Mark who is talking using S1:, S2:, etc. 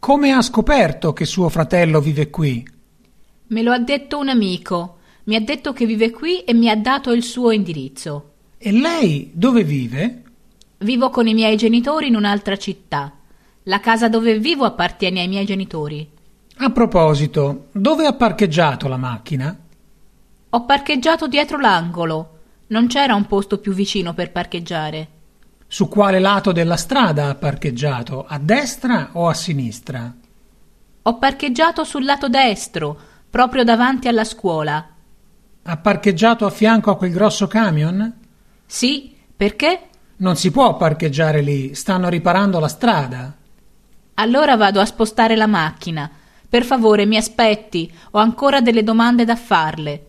S1: Come ha scoperto che suo fratello vive qui?
S2: Me lo ha detto un amico. Mi ha detto che vive qui e mi ha dato il suo indirizzo.
S1: E lei dove vive?
S2: Vivo con i miei genitori in un'altra città. La casa dove vivo appartiene ai miei genitori.
S1: A proposito, dove ha parcheggiato la macchina?
S2: Ho parcheggiato dietro l'angolo. Non c'era un posto più vicino per parcheggiare.
S1: Su quale lato della strada ha parcheggiato? A destra o a sinistra?
S2: Ho parcheggiato sul lato destro, proprio davanti alla scuola.
S1: Ha parcheggiato a fianco a quel grosso camion?
S2: Sì, perché?
S1: Non si può parcheggiare lì, stanno riparando la strada.
S2: Allora vado a spostare la macchina. Per favore, mi aspetti, ho ancora delle domande da farle.